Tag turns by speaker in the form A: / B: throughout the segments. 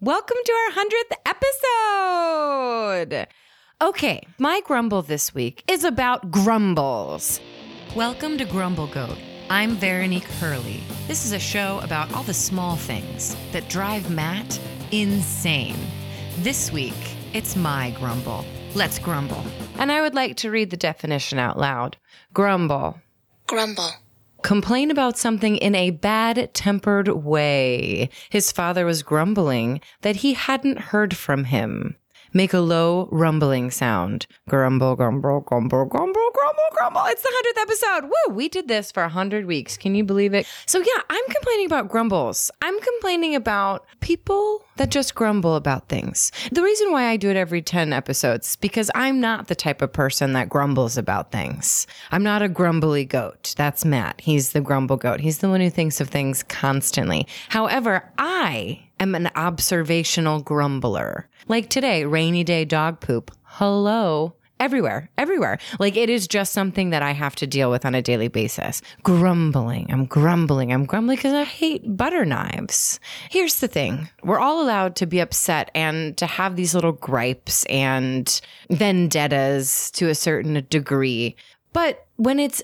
A: Welcome to our 100th episode. Okay, my grumble this week is about grumbles.
B: Welcome to Grumble Goat. I'm Veronique Hurley. This is a show about all the small things that drive Matt insane. This week, it's my grumble. Let's grumble.
A: And I would like to read the definition out loud. Grumble.
C: Grumble.
A: complain about something in a bad tempered way. His father was grumbling that he hadn't heard from him. Make a low rumbling sound. Grumble, grumble, grumble, grumble, grumble, grumble. It's the 100th episode. Woo! We did this for 100 weeks. Can you believe it? So, yeah, I'm complaining about grumbles. I'm complaining about people that just grumble about things. The reason why I do it every 10 episodes, because I'm not the type of person that grumbles about things. I'm not a grumbly goat. That's Matt. He's the grumble goat. He's the one who thinks of things constantly. However, I am an observational grumbler. Like today, rainy day dog poop. Hello. Everywhere, everywhere. Like it is just something that I have to deal with on a daily basis. Grumbling. I'm grumbling. I'm grumbling because I hate butter knives. Here's the thing we're all allowed to be upset and to have these little gripes and vendettas to a certain degree. But when it's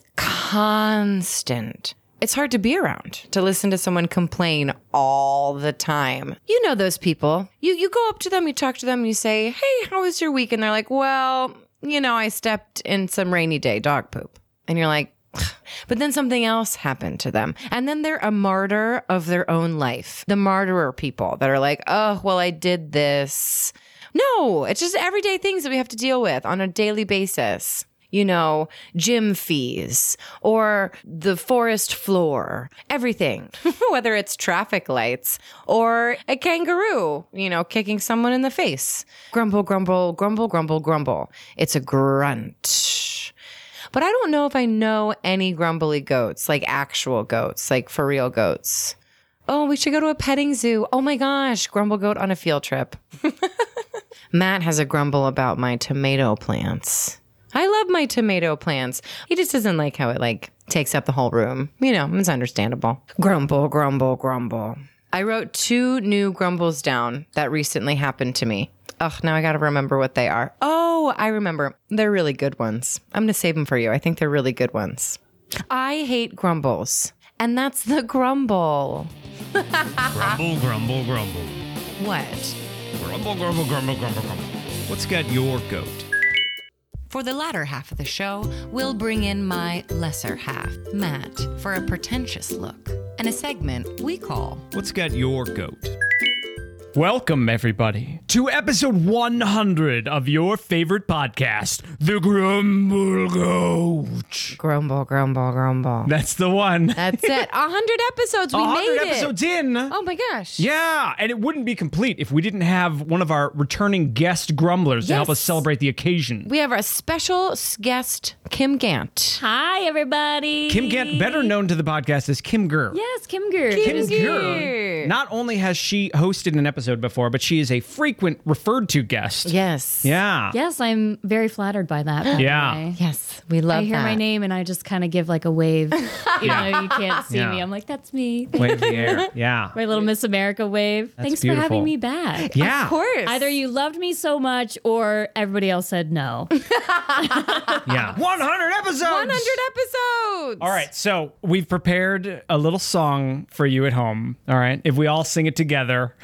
A: constant, it's hard to be around to listen to someone complain all the time. You know those people. You you go up to them, you talk to them, you say, "Hey, how was your week?" And they're like, "Well, you know, I stepped in some rainy day dog poop." And you're like, but then something else happened to them. And then they're a martyr of their own life. The martyrer people that are like, "Oh, well, I did this." No, it's just everyday things that we have to deal with on a daily basis you know, gym fees or the forest floor, everything, whether it's traffic lights or a kangaroo, you know, kicking someone in the face. Grumble, grumble, grumble, grumble, grumble. It's a grunt. But I don't know if I know any grumbly goats, like actual goats, like for real goats. Oh, we should go to a petting zoo. Oh my gosh, grumble goat on a field trip. Matt has a grumble about my tomato plants. I love my tomato plants. He just doesn't like how it like takes up the whole room. You know, it's understandable. Grumble, grumble, grumble. I wrote two new grumbles down that recently happened to me. Ugh, now I gotta remember what they are. Oh, I remember. They're really good ones. I'm gonna save them for you. I think they're really good ones. I hate grumbles, and that's the grumble.
D: Grumble, grumble, grumble.
B: What?
D: Grumble, grumble, grumble, grumble, grumble. What's got your goat?
B: For the latter half of the show, we'll bring in my lesser half, Matt, for a pretentious look and a segment we call
D: What's got your goat?
E: Welcome, everybody, to episode 100 of your favorite podcast, The Grumble Goat.
A: Grumble, grumble, grumble.
E: That's the one.
A: That's it. A hundred episodes. Uh, We
E: 100
A: made it.
E: episodes in.
A: Oh my gosh.
E: Yeah, and it wouldn't be complete if we didn't have one of our returning guest grumblers to help
A: Yes.
E: us celebrate the occasion.
A: We have our special guest, Kim Gant.
F: Hi, everybody.
E: Kim Gant, better known to the podcast as Kim Gurr.
F: Yes, Kim Gurr.
E: Kim
A: Gurr.
E: Gurr, not only has she hosted an episode before, but she is a frequent referred to guest.
A: Yes.
E: Yeah.
F: Yes, I'm very flattered by that. by the
E: Yeah.
F: way.
A: Yes. We love
F: I hear
A: that.
F: my name and I just kind of give like a wave. Even though you can't see
E: Yeah.
F: me, I'm like, that's me.
E: Wave in the air. Yeah.
F: My little Miss America wave. Thanks
E: beautiful.
F: for having me back.
E: Yeah.
A: Of course.
F: Either you loved me so much or everybody else said no.
E: Yeah. 100
A: 100
E: episodes.
A: episodes.
E: All right, so we've prepared a little song for you at home. All right, if we all sing it together,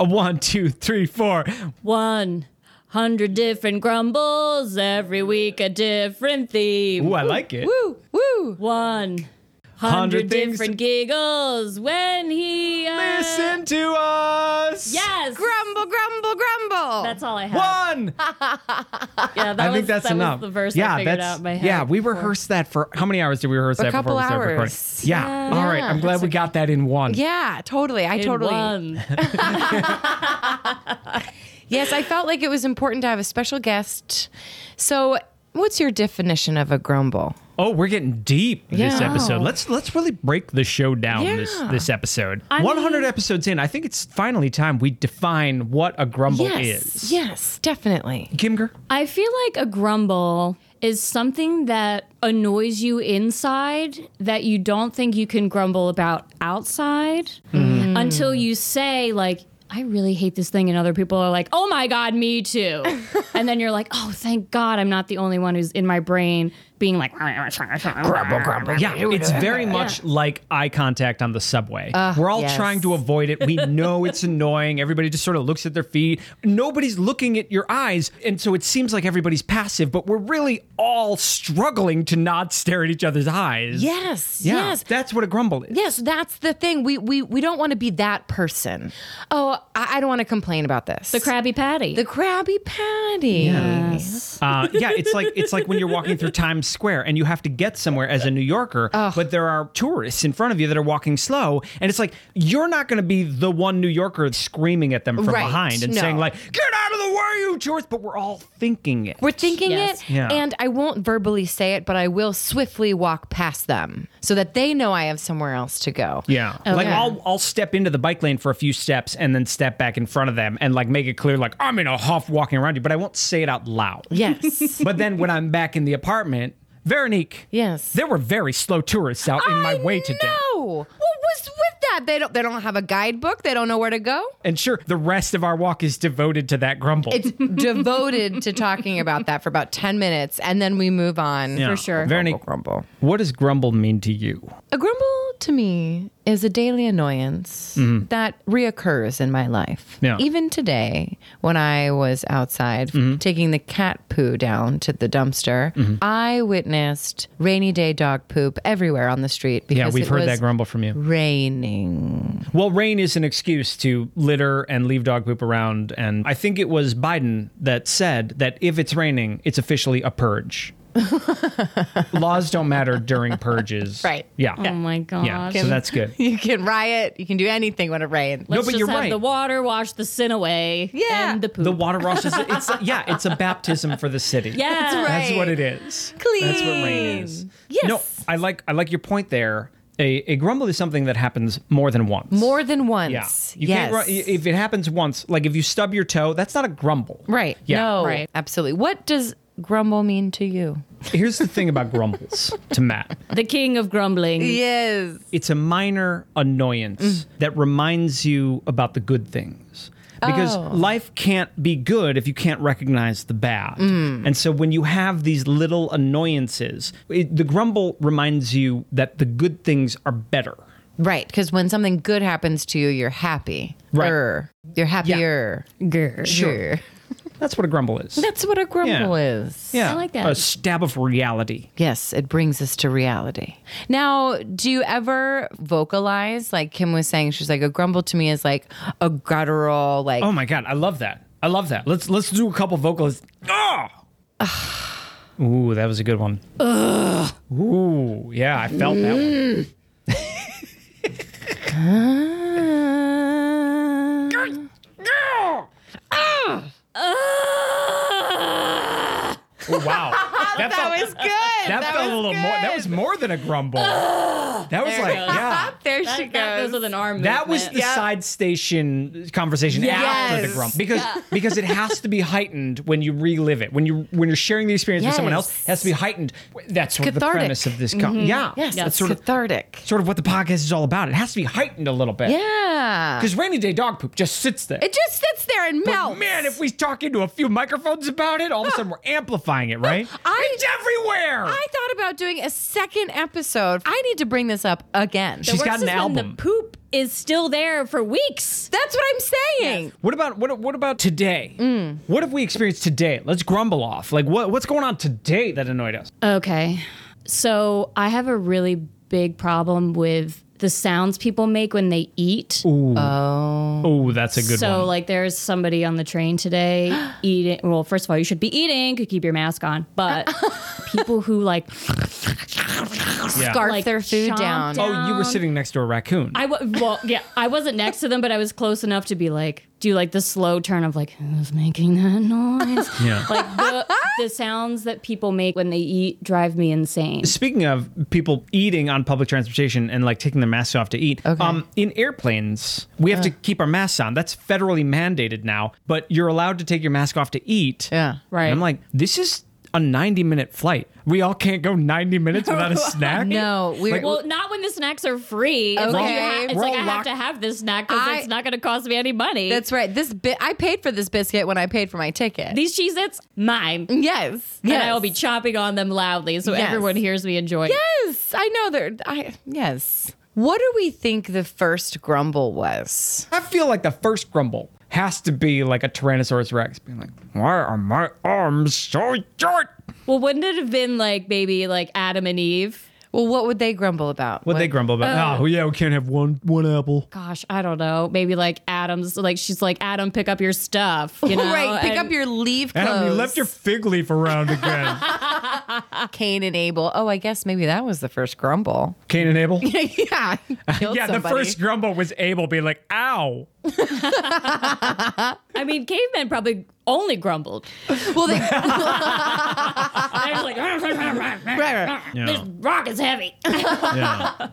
E: a one, two, three, four.
F: 100 different grumbles, every week a different theme.
E: Ooh, I like it.
A: Woo. Woo.
F: One
E: Hundred
F: hundred
E: things
F: different
E: to-
F: giggles when he. uh,
E: Listen to us.
F: Yes.
A: Grumble, grumble, grumble.
F: That's all I have.
E: One.
F: Yeah, that
E: I
F: was,
E: think that's
F: that
E: enough.
F: Was the verse
E: yeah,
F: I figured
E: that's
F: out in my head.
E: yeah. We rehearsed that for how many hours did we rehearse
A: A
E: that
A: couple
E: before we started
A: hours.
E: recording? Yeah. all right. I'm glad we got that in one.
A: yeah, totally. I
F: In
A: totally.
F: One.
A: Yes, I felt like it was important to have a special guest. So, what's your definition of a grumble?
E: Oh, we're getting deep this
A: Yeah.
E: episode. Let's let's really break the show down
A: Yeah.
E: this this episode.
F: I
E: 100
F: mean-
E: episodes in, I think it's finally time we define what a grumble
F: Yes.
E: is.
A: Yes, definitely.
E: Kimger,
F: I feel like a grumble is something that annoys you inside that
E: Mm.
F: you don't think you can grumble about outside until you say like I really hate this thing, and other people are like, oh my God, me too. and then you're like, oh, thank God I'm not the only one who's in my brain being like, grumble, grumble.
E: Yeah, it's very much like eye contact on the subway. We're all
A: Uh, yes.
E: trying to avoid it. We know it's annoying. Everybody just sort of looks at their feet. Nobody's looking at your eyes. And so it seems like everybody's passive, but we're really all struggling to not stare at each other's eyes.
A: Yes.
E: Yeah,
A: Yes.
E: That's what a grumble is.
A: Yes, that's the thing. We we we don't want to be that person. Oh, I, I don't want to complain about this.
F: The Krabby Patty.
A: the Krabby Patty.
E: Uh, yeah, it's like it's like when you're walking through Times Square and you have to get somewhere as a New Yorker, but there are tourists in front of you that are walking slow, and it's like you're not going to be the one New Yorker screaming at them from
A: Right,
E: behind and
A: no.
E: saying like, "Get out of the way, you tourists!" But we're all thinking it.
A: We're thinking
F: Yes.
A: it,
E: Yeah.
A: and I won't verbally say it, but I will swiftly walk past them so that they know I have somewhere else to go.
E: yeah, like
A: Oh, yeah.
E: I'll I'll step into the bike lane for a few steps and then step back in front of them and like make it clear like I'm in a huff walking around you, but I won't say it out loud.
A: Yes.
E: but then when I'm back in the apartment, Veronique,
A: Yes.
E: there were very slow tourists out uh, in my
A: I
E: way today.
A: know. What was with that? They don't. They don't have a guidebook. They don't know where to go.
E: And sure, the rest of our walk is devoted to that grumble.
A: It's devoted to talking about that for about ten minutes, and then we move on.
E: Yeah.
F: for sure.
E: Veronique,
A: grumble.
E: what does grumble mean to you?
A: A grumble to me is a daily annoyance that reoccurs in my life.
E: Mm-hmm. Yeah. Mm-hmm.
A: Even today, when I was outside taking the cat poo down to the dumpster, I witnessed rainy day dog poop everywhere on the street because
E: Yeah, we've
A: it
E: heard
A: was
E: that grumble from you.
A: raining.
E: Well, rain is an excuse to litter and leave dog poop around. And I think it was Biden that said that if it's raining, it's officially a purge. Laws don't matter during purges.
A: Right.
E: Yeah.
F: Oh my God.
E: Yeah. So that's good.
A: You can riot. You can do anything when it rains.
F: Let's
E: but
F: just
E: you're
F: have
E: right.
F: the water wash the sin away.
A: Yeah.
F: And the poop.
E: The water rushes. It's yeah. It's a baptism for the city.
F: yeah.
E: That's what it is. That's what rain is.
A: Yes.
E: No, I like I like your point there. A, a grumble is something that happens more than once.
A: More than
E: Yeah.
A: once.
E: You
A: yes.
E: can't gru- if it happens once, like if you stub your toe, that's not a grumble.
A: right.
E: Yeah.
A: No.
F: Right.
A: Absolutely. What does grumble mean to you?
E: Here's the thing about grumbles to Matt.
F: The king of grumbling.
A: Yes.
E: It's a minor annoyance that reminds you about the good things. Because
A: Oh.
E: life can't be good if you can't recognize the bad. And so when you have these little annoyances, it, the grumble reminds you that the good things are better.
A: Right, because when something good happens to you, you're happy.
E: Right.
A: Er, You're happier.
F: Grr.
A: Sure.
E: That's what a grumble is.
A: That's what a grumble is.
E: Yeah.
F: I like that.
E: A stab of reality.
A: Yes, it brings us to reality. Now, do you ever vocalize, like Kim was saying, she's like, a grumble to me is like a guttural, like,
E: Oh my god, I love that. I love that. Let's let's do a couple vocals. Oh! Ooh, that was a good one. Ooh, yeah, I felt that one.
A: "Ah."
F: Ah!
E: Oh, wow. That,
A: that
E: felt,
A: was good.
E: that felt
A: was
E: a little
A: good.
E: more that was more than a grumble. that was like, yeah.
A: Uh-huh. There she goes.
F: That, that goes with an arm
E: That was the
F: movement.
E: side station conversation after the
A: Yes.
E: grumble because because it has to be heightened when you relive it when you when you're sharing the experience with someone else
A: Yes.
E: it has to be heightened that's what the
A: Cathartic. Mm-hmm.
E: premise of this con- yeah
A: yes,
E: that's
A: that's
E: sort of
A: cathartic.
E: sort of what the podcast is all about it has to be heightened a little bit
A: yeah.
E: Because rainy day dog poop just sits there.
A: It just sits there and melts.
E: But man, if we talk into a few microphones about it, all of a sudden we're amplifying it, right?
A: I-
E: it's everywhere.
A: I thought about doing a second episode. I need to bring this up again.
E: She's got an
F: Worse is when
E: album.
F: The poop is still there for weeks.
A: That's what I'm saying.
E: What about what? What about today?
F: Mm.
E: What have we experienced today? Let's grumble off. Like what? What's going on today that annoyed us?
F: Okay. So I have a really big problem with the sounds people make when they eat.
E: oh, that's a good
F: so
E: one.
F: like there's somebody on the train today eating well first of all you should be eating could keep your mask on but people who like
E: Yeah.
A: scarf
F: like
A: their food
F: chomp
A: down.
E: Oh, you were sitting next to a raccoon.
F: um, I wa- well, yeah, I wasn't next to them, but I was close enough to be like, do like the slow turn of like who's making that noise?
E: Yeah.
F: Like the, the sounds that people make when they eat drive me insane.
E: Speaking of people eating on public transportation and like taking their masks off to eat,
A: Okay.
E: um, in airplanes, we have to
F: Uh.
E: keep our masks on. That's federally mandated now, but you're allowed to take your mask off to eat.
A: Yeah.
E: And I'm like, this is a 90 minute flight. We all can't go 90 minutes without a snack.
A: No, we're.
F: Well, not when the snacks are free. It's like, you
A: Okay.
F: ha- it's
E: We're
F: like
E: all
F: I have
E: locked-
F: to have this snack because
C: I-
F: it's not going to cost me any money.
C: That's right. This bit I paid for this biscuit when I paid for my ticket.
F: These Cheez Its, mine.
C: yes.
F: And
C: yes.
F: I will be chomping on them loudly so
C: Yes.
F: everyone hears me enjoy.
C: Yes, I know they're. I
A: yes. What do we think the first grumble was?
E: I feel like the first grumble has to be like a Tyrannosaurus Rex being like, why are my arms so short?
F: Well, wouldn't it have been like maybe like Adam and Eve?
A: Well, what would they grumble about?
E: What they grumble about? oh yeah, we can't have one one apple.
F: Gosh, I don't know. Maybe like Adam's like she's like Adam, pick up your stuff. You know,
C: right. Pick
F: And-
C: up your leave clothes.
E: Adam, you left your fig leaf around again.
A: Cain and Abel. Oh, I guess maybe that was the first grumble.
E: Cain and Abel.
C: yeah. Killed
E: yeah,
C: somebody.
E: the first grumble was Abel being like, ow.
F: I mean, cavemen probably only grumbled.
C: Well, they,
F: I was like, this rock is heavy.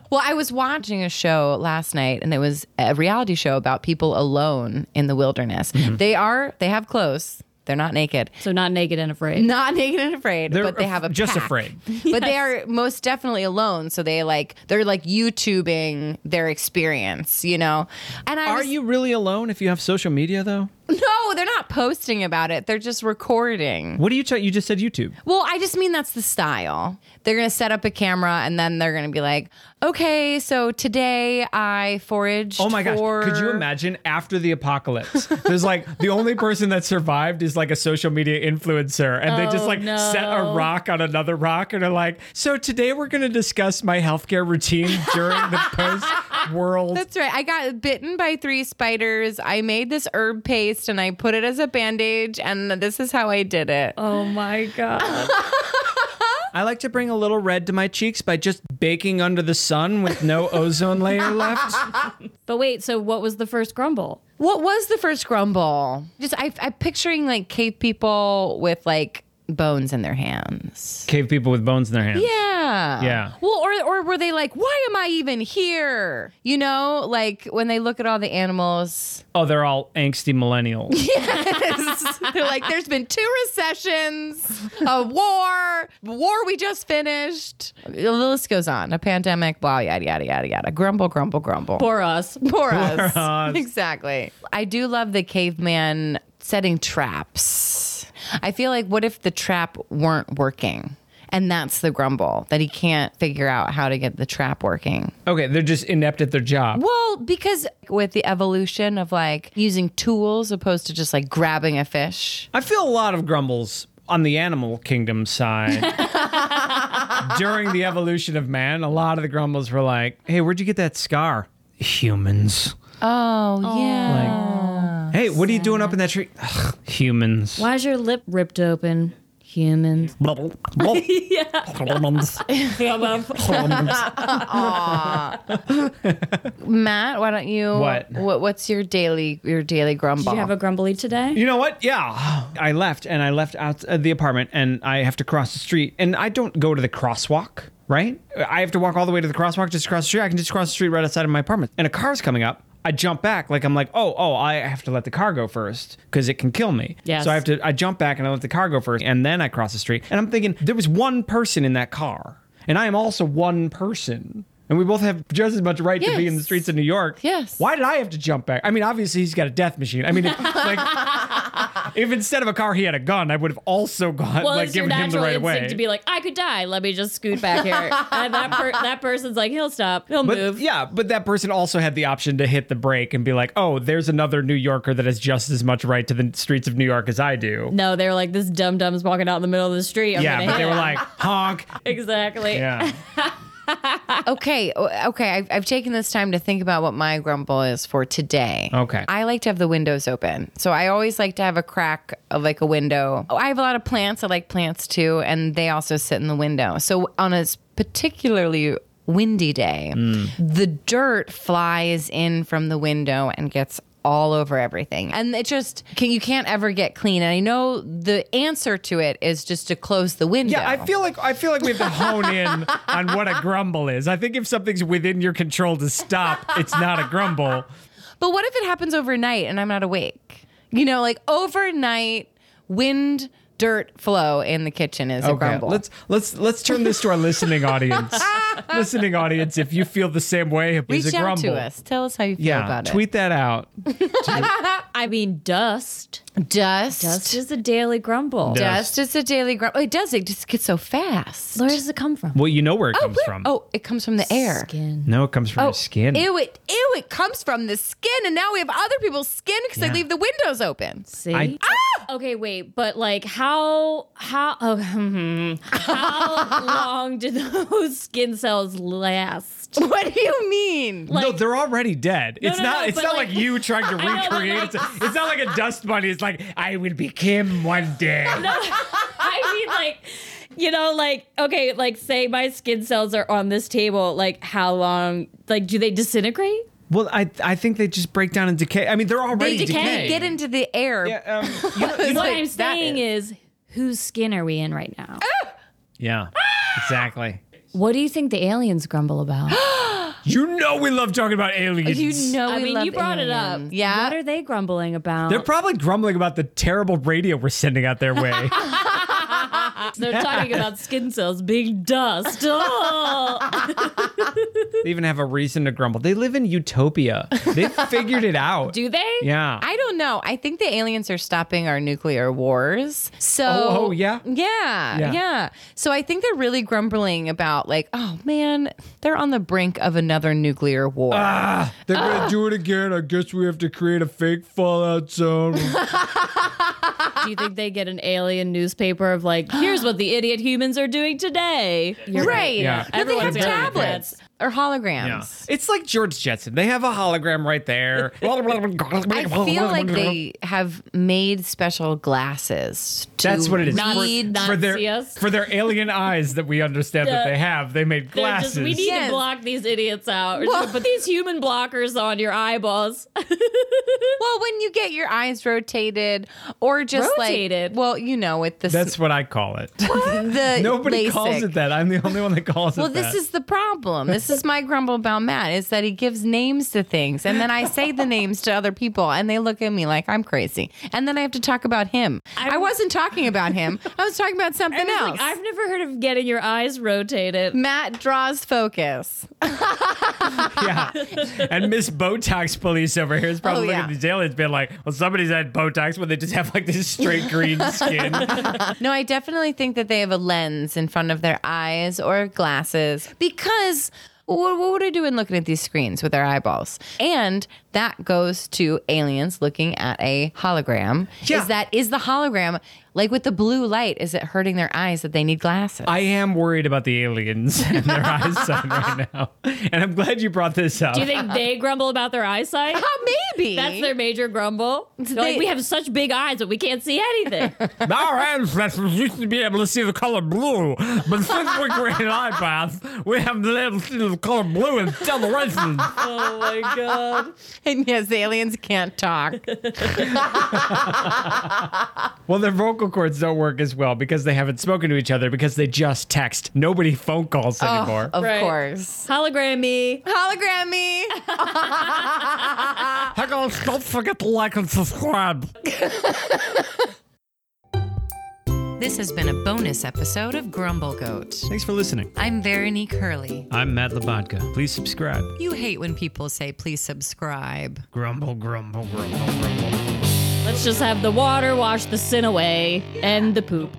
A: Well, I was watching a show last night and it was a reality show about people alone in the wilderness.
E: Mm-hmm.
A: They are, they have clothes. They're not naked.
F: so not naked and afraid.
A: Not naked and afraid,
E: They're
A: but they have a
E: just
A: pack.
E: afraid.
A: But they are most definitely alone, so they like they're like YouTubing their experience, you know. And I
E: Are
A: was,
E: you really alone if you have social media though?
A: no, they're not posting about it. They're just recording.
E: What do you tell you just said YouTube.
A: Well, I just mean that's the style. They're going to set up a camera and then they're going to be like, "Okay, so today I foraged
E: Oh my gosh.
A: for
E: Could you imagine after the apocalypse? There's like the only person that survived is like a social media influencer and they just
F: Oh,
E: like set a
F: no.
E: rock on another rock and are like, so today we're gonna discuss my healthcare routine during the post world.
A: That's right. I got bitten by three spiders. I made this herb paste and I put it as a bandage, and this is how I did it.
F: Oh my god.
E: I like to bring a little red to my cheeks by just baking under the sun with no ozone layer left.
F: but wait, so what was the first grumble?
A: What was the first grumble? Just I, I'm picturing like cave people with like bones in their hands.
E: Cave people with bones in their hands.
A: Yeah.
E: Yeah.
A: Well, or or were they like, why am I even here? You know, like when they look at all the animals,
E: Oh, they're all angsty millennials.
A: they're like, there's been two recessions, a war, war we just finished. The list goes on. A pandemic, blah, yada, yada, yada, yada. Grumble, grumble, grumble.
F: For us.
A: Poor us. Exactly. I do love the caveman setting traps. I feel like what if the trap weren't working? And that's the grumble that he can't figure out how to get the trap working.
E: Okay, they're just inept at their job.
A: Well, because with the evolution of like using tools opposed to just like grabbing a fish.
E: I feel a lot of grumbles on the animal kingdom side. During the evolution of man, a lot of the grumbles were like, hey, where'd you get that scar? Humans.
A: Oh, yeah.
E: Like, hey, what are you doing up in that tree? Ugh, humans.
F: Why is your lip ripped open? Humans.
E: Humans.
A: Matt, why don't you
E: What?
A: what what's your daily your daily grumble?
F: Did you have a grumbly today?
E: You know what? Yeah. I left and I left out of the apartment and I have to cross the street and I don't go to the crosswalk, right? I have to walk all the way to the crosswalk just across the street. I can just cross the street right outside of my apartment. And a car's coming up. I jump back like I'm like, "Oh, oh, I have to let the car go first cuz it can kill me."
F: Yes.
E: So I have to I jump back and I let the car go first and then I cross the street. And I'm thinking there was one person in that car and I am also one person. And we both have just as much right to be in the
A: Yes.
E: streets of New York.
A: Yes.
E: Why did I have to jump back? I mean, obviously he's got a death machine. I mean, it, like if instead of a car he had a gun, I would have also gone
F: Well,
E: like
F: it's your
E: given him the
F: natural
E: right
F: instinct
E: away.
F: to be like, I could die. Let me just scoot back here. and that per- that person's like, he'll stop. He'll
E: but
F: move.
E: yeah, but that person also had the option to hit the brake and be like, "Oh, there's another New Yorker that has just as much right to the streets of New York as I do."
F: No, they were like, this dum dum's walking out in the middle of the street. I'm
E: yeah,
F: gonna
E: but
F: hit
E: they were
F: him."
E: like, "Honk."
F: exactly.
E: Yeah.
A: okay, o- okay. I've, I've taken this time to think about what my grumble is for today.
E: Okay.
A: I like to have the windows open, so I always like to have a crack of like a window. Oh, I have a lot of plants. I like plants too, and they also sit in the window. So on a s- particularly windy day,
E: Hmm.
A: the dirt flies in from the window and gets all over everything. And it just can you can't ever get clean. And I know the answer to it is just to close the window.
E: Yeah, I feel like I feel like we have to hone in on what a grumble is. I think if something's within your control to stop, it's not a grumble.
A: But what if it happens overnight and I'm not awake? You know, like overnight, wind, dirt flow in the kitchen is a grumble.
E: Let's let's let's turn this to our listening audience. listening audience, if you feel the same way,
A: Reach
E: it's a
A: out
E: grumble.
A: to us. Tell us how you feel
E: Yeah,
A: about
E: tweet that out.
F: I mean, dust.
A: it. Dust.
F: Dust is a daily grumble.
E: Dust.
A: Dust is a daily grumble. It does. It just gets so fast.
F: Where does it come from?
G: Well, you know where it comes from.
A: Oh, it comes from the air. Oh,
F: Skin.
G: No, it comes
F: Oh,
G: from your skin.
A: Ew, it ew, it comes from the skin, and now we have other people's skin because
G: Yeah.
A: they leave the windows open.
F: See?
G: I-
F: Okay, wait, but like how how oh, hmm. how long did those skin cells last?
A: What do you mean?
F: Like,
E: no, they're already dead. it's
F: no,
E: not.
F: no,
E: it's
F: but
E: not
F: like-
E: like, you trying to
F: I know, but
E: recreate.
F: like-
E: it's, it's not like a dust bunny. It's like I will become one day.
F: I mean, like, you know, like, okay, like, say my skin cells are on this table, like, how long, like, do they disintegrate?
G: well, I I think they just break down and decay. I mean, they're already
F: decay.
G: decaying.
F: Hey.
A: Get into the air.
G: Yeah, um, you know-
F: what
A: like,
F: I'm
A: that
F: saying is. whose skin are we in right now?
G: yeah, exactly.
F: what do you think the aliens grumble about?
E: You know we love talking about aliens.
A: You know, Oh,
F: I
A: we
F: mean,
A: love
F: you brought it up.
A: aliens. Yeah.
F: What are they grumbling about?
E: They're probably grumbling about the terrible radio we're sending out their way.
F: They're talking about skin cells being dust. Oh.
G: They even have a reason to grumble. They live in utopia. They figured it out.
F: do they?
G: yeah.
A: I don't know. I think the aliens are stopping our nuclear wars. So
G: Oh, oh, yeah?
A: Yeah,
G: Yeah.
A: yeah. So I think they're really grumbling about like, oh man, they're on the brink of another nuclear war.
E: Uh, Ah, They're
G: Ah.
E: gonna do it again. I guess we have to create a fake fallout zone.
F: Do you think they get an alien newspaper of like, here's what the idiot humans are doing today? You're
A: right.
G: Yeah.
A: No, they
F: Everyone's
A: have
F: got
A: tablets or holograms.
G: It's like George Jetson. They have a hologram right there.
A: I feel like they have made special glasses. To
E: That's what it is.
F: Not-
A: read-
F: not
E: for their
F: see us.
E: for their alien eyes that we understand that they have, they made
F: They're
E: glasses.
F: Just, we need
A: Yes.
F: to block these idiots out. We're just gonna put these human blockers on your eyeballs.
A: well, when you get your eyes rotated or just
F: Rotated?
A: like, well, you know, with the
E: That's what I call it.
A: the
E: Nobody
A: LASIK.
E: calls it that. I'm the only one that calls
A: Well,
E: it
A: this
E: that.
A: is the problem. This is my grumble about Matt is that he gives names to things, and then I say the names to other people, and they look at me like I'm crazy, and then I have to talk about him. I, wasn't talking about him. I was talking about something
F: It's
A: else.
F: like, I've never heard of getting your eyes rotated.
A: Matt draws focus.
E: yeah. And Miss Botox police over here is probably
A: Oh,
E: looking
A: yeah.
E: at these aliens being like, well, somebody's had Botox when they just have like this straight green skin.
A: No, I definitely think that they have a lens in front of their eyes or glasses because what, what would I do in looking at these screens with our eyeballs? And that goes to aliens looking at a hologram.
G: Yeah.
A: Is that is the hologram like with the blue light? Is it hurting their eyes that they need glasses?
E: I am worried about the aliens and their eyesight right now. And I'm glad you brought this up.
F: Do you think they grumble about their eyesight?
A: oh, maybe
F: That's their major grumble. They're
A: They-
F: like, we have such big eyes, but we can't see anything.
E: Our ancestors used to be able to see the color blue, but since we created iPads, we haven't been able to see the color blue in generations.
F: oh my god.
A: and yes, the aliens can't talk.
E: Well, their vocal cords don't work as well because they haven't spoken to each other because they just text. Nobody phone calls
F: Oh,
E: anymore.
A: of
F: Right.
A: course.
F: Hologram me.
A: Hologram me.
E: Hey guys, don't forget to like and subscribe.
H: This has been a bonus episode of Grumble Goat.
G: Thanks for listening.
H: I'm Veronique Hurley.
G: I'm Matt Labodka. Please subscribe.
H: You hate when people say, please subscribe.
E: Grumble, grumble, grumble, grumble.
F: Let's just have the water wash the sin away and the poop.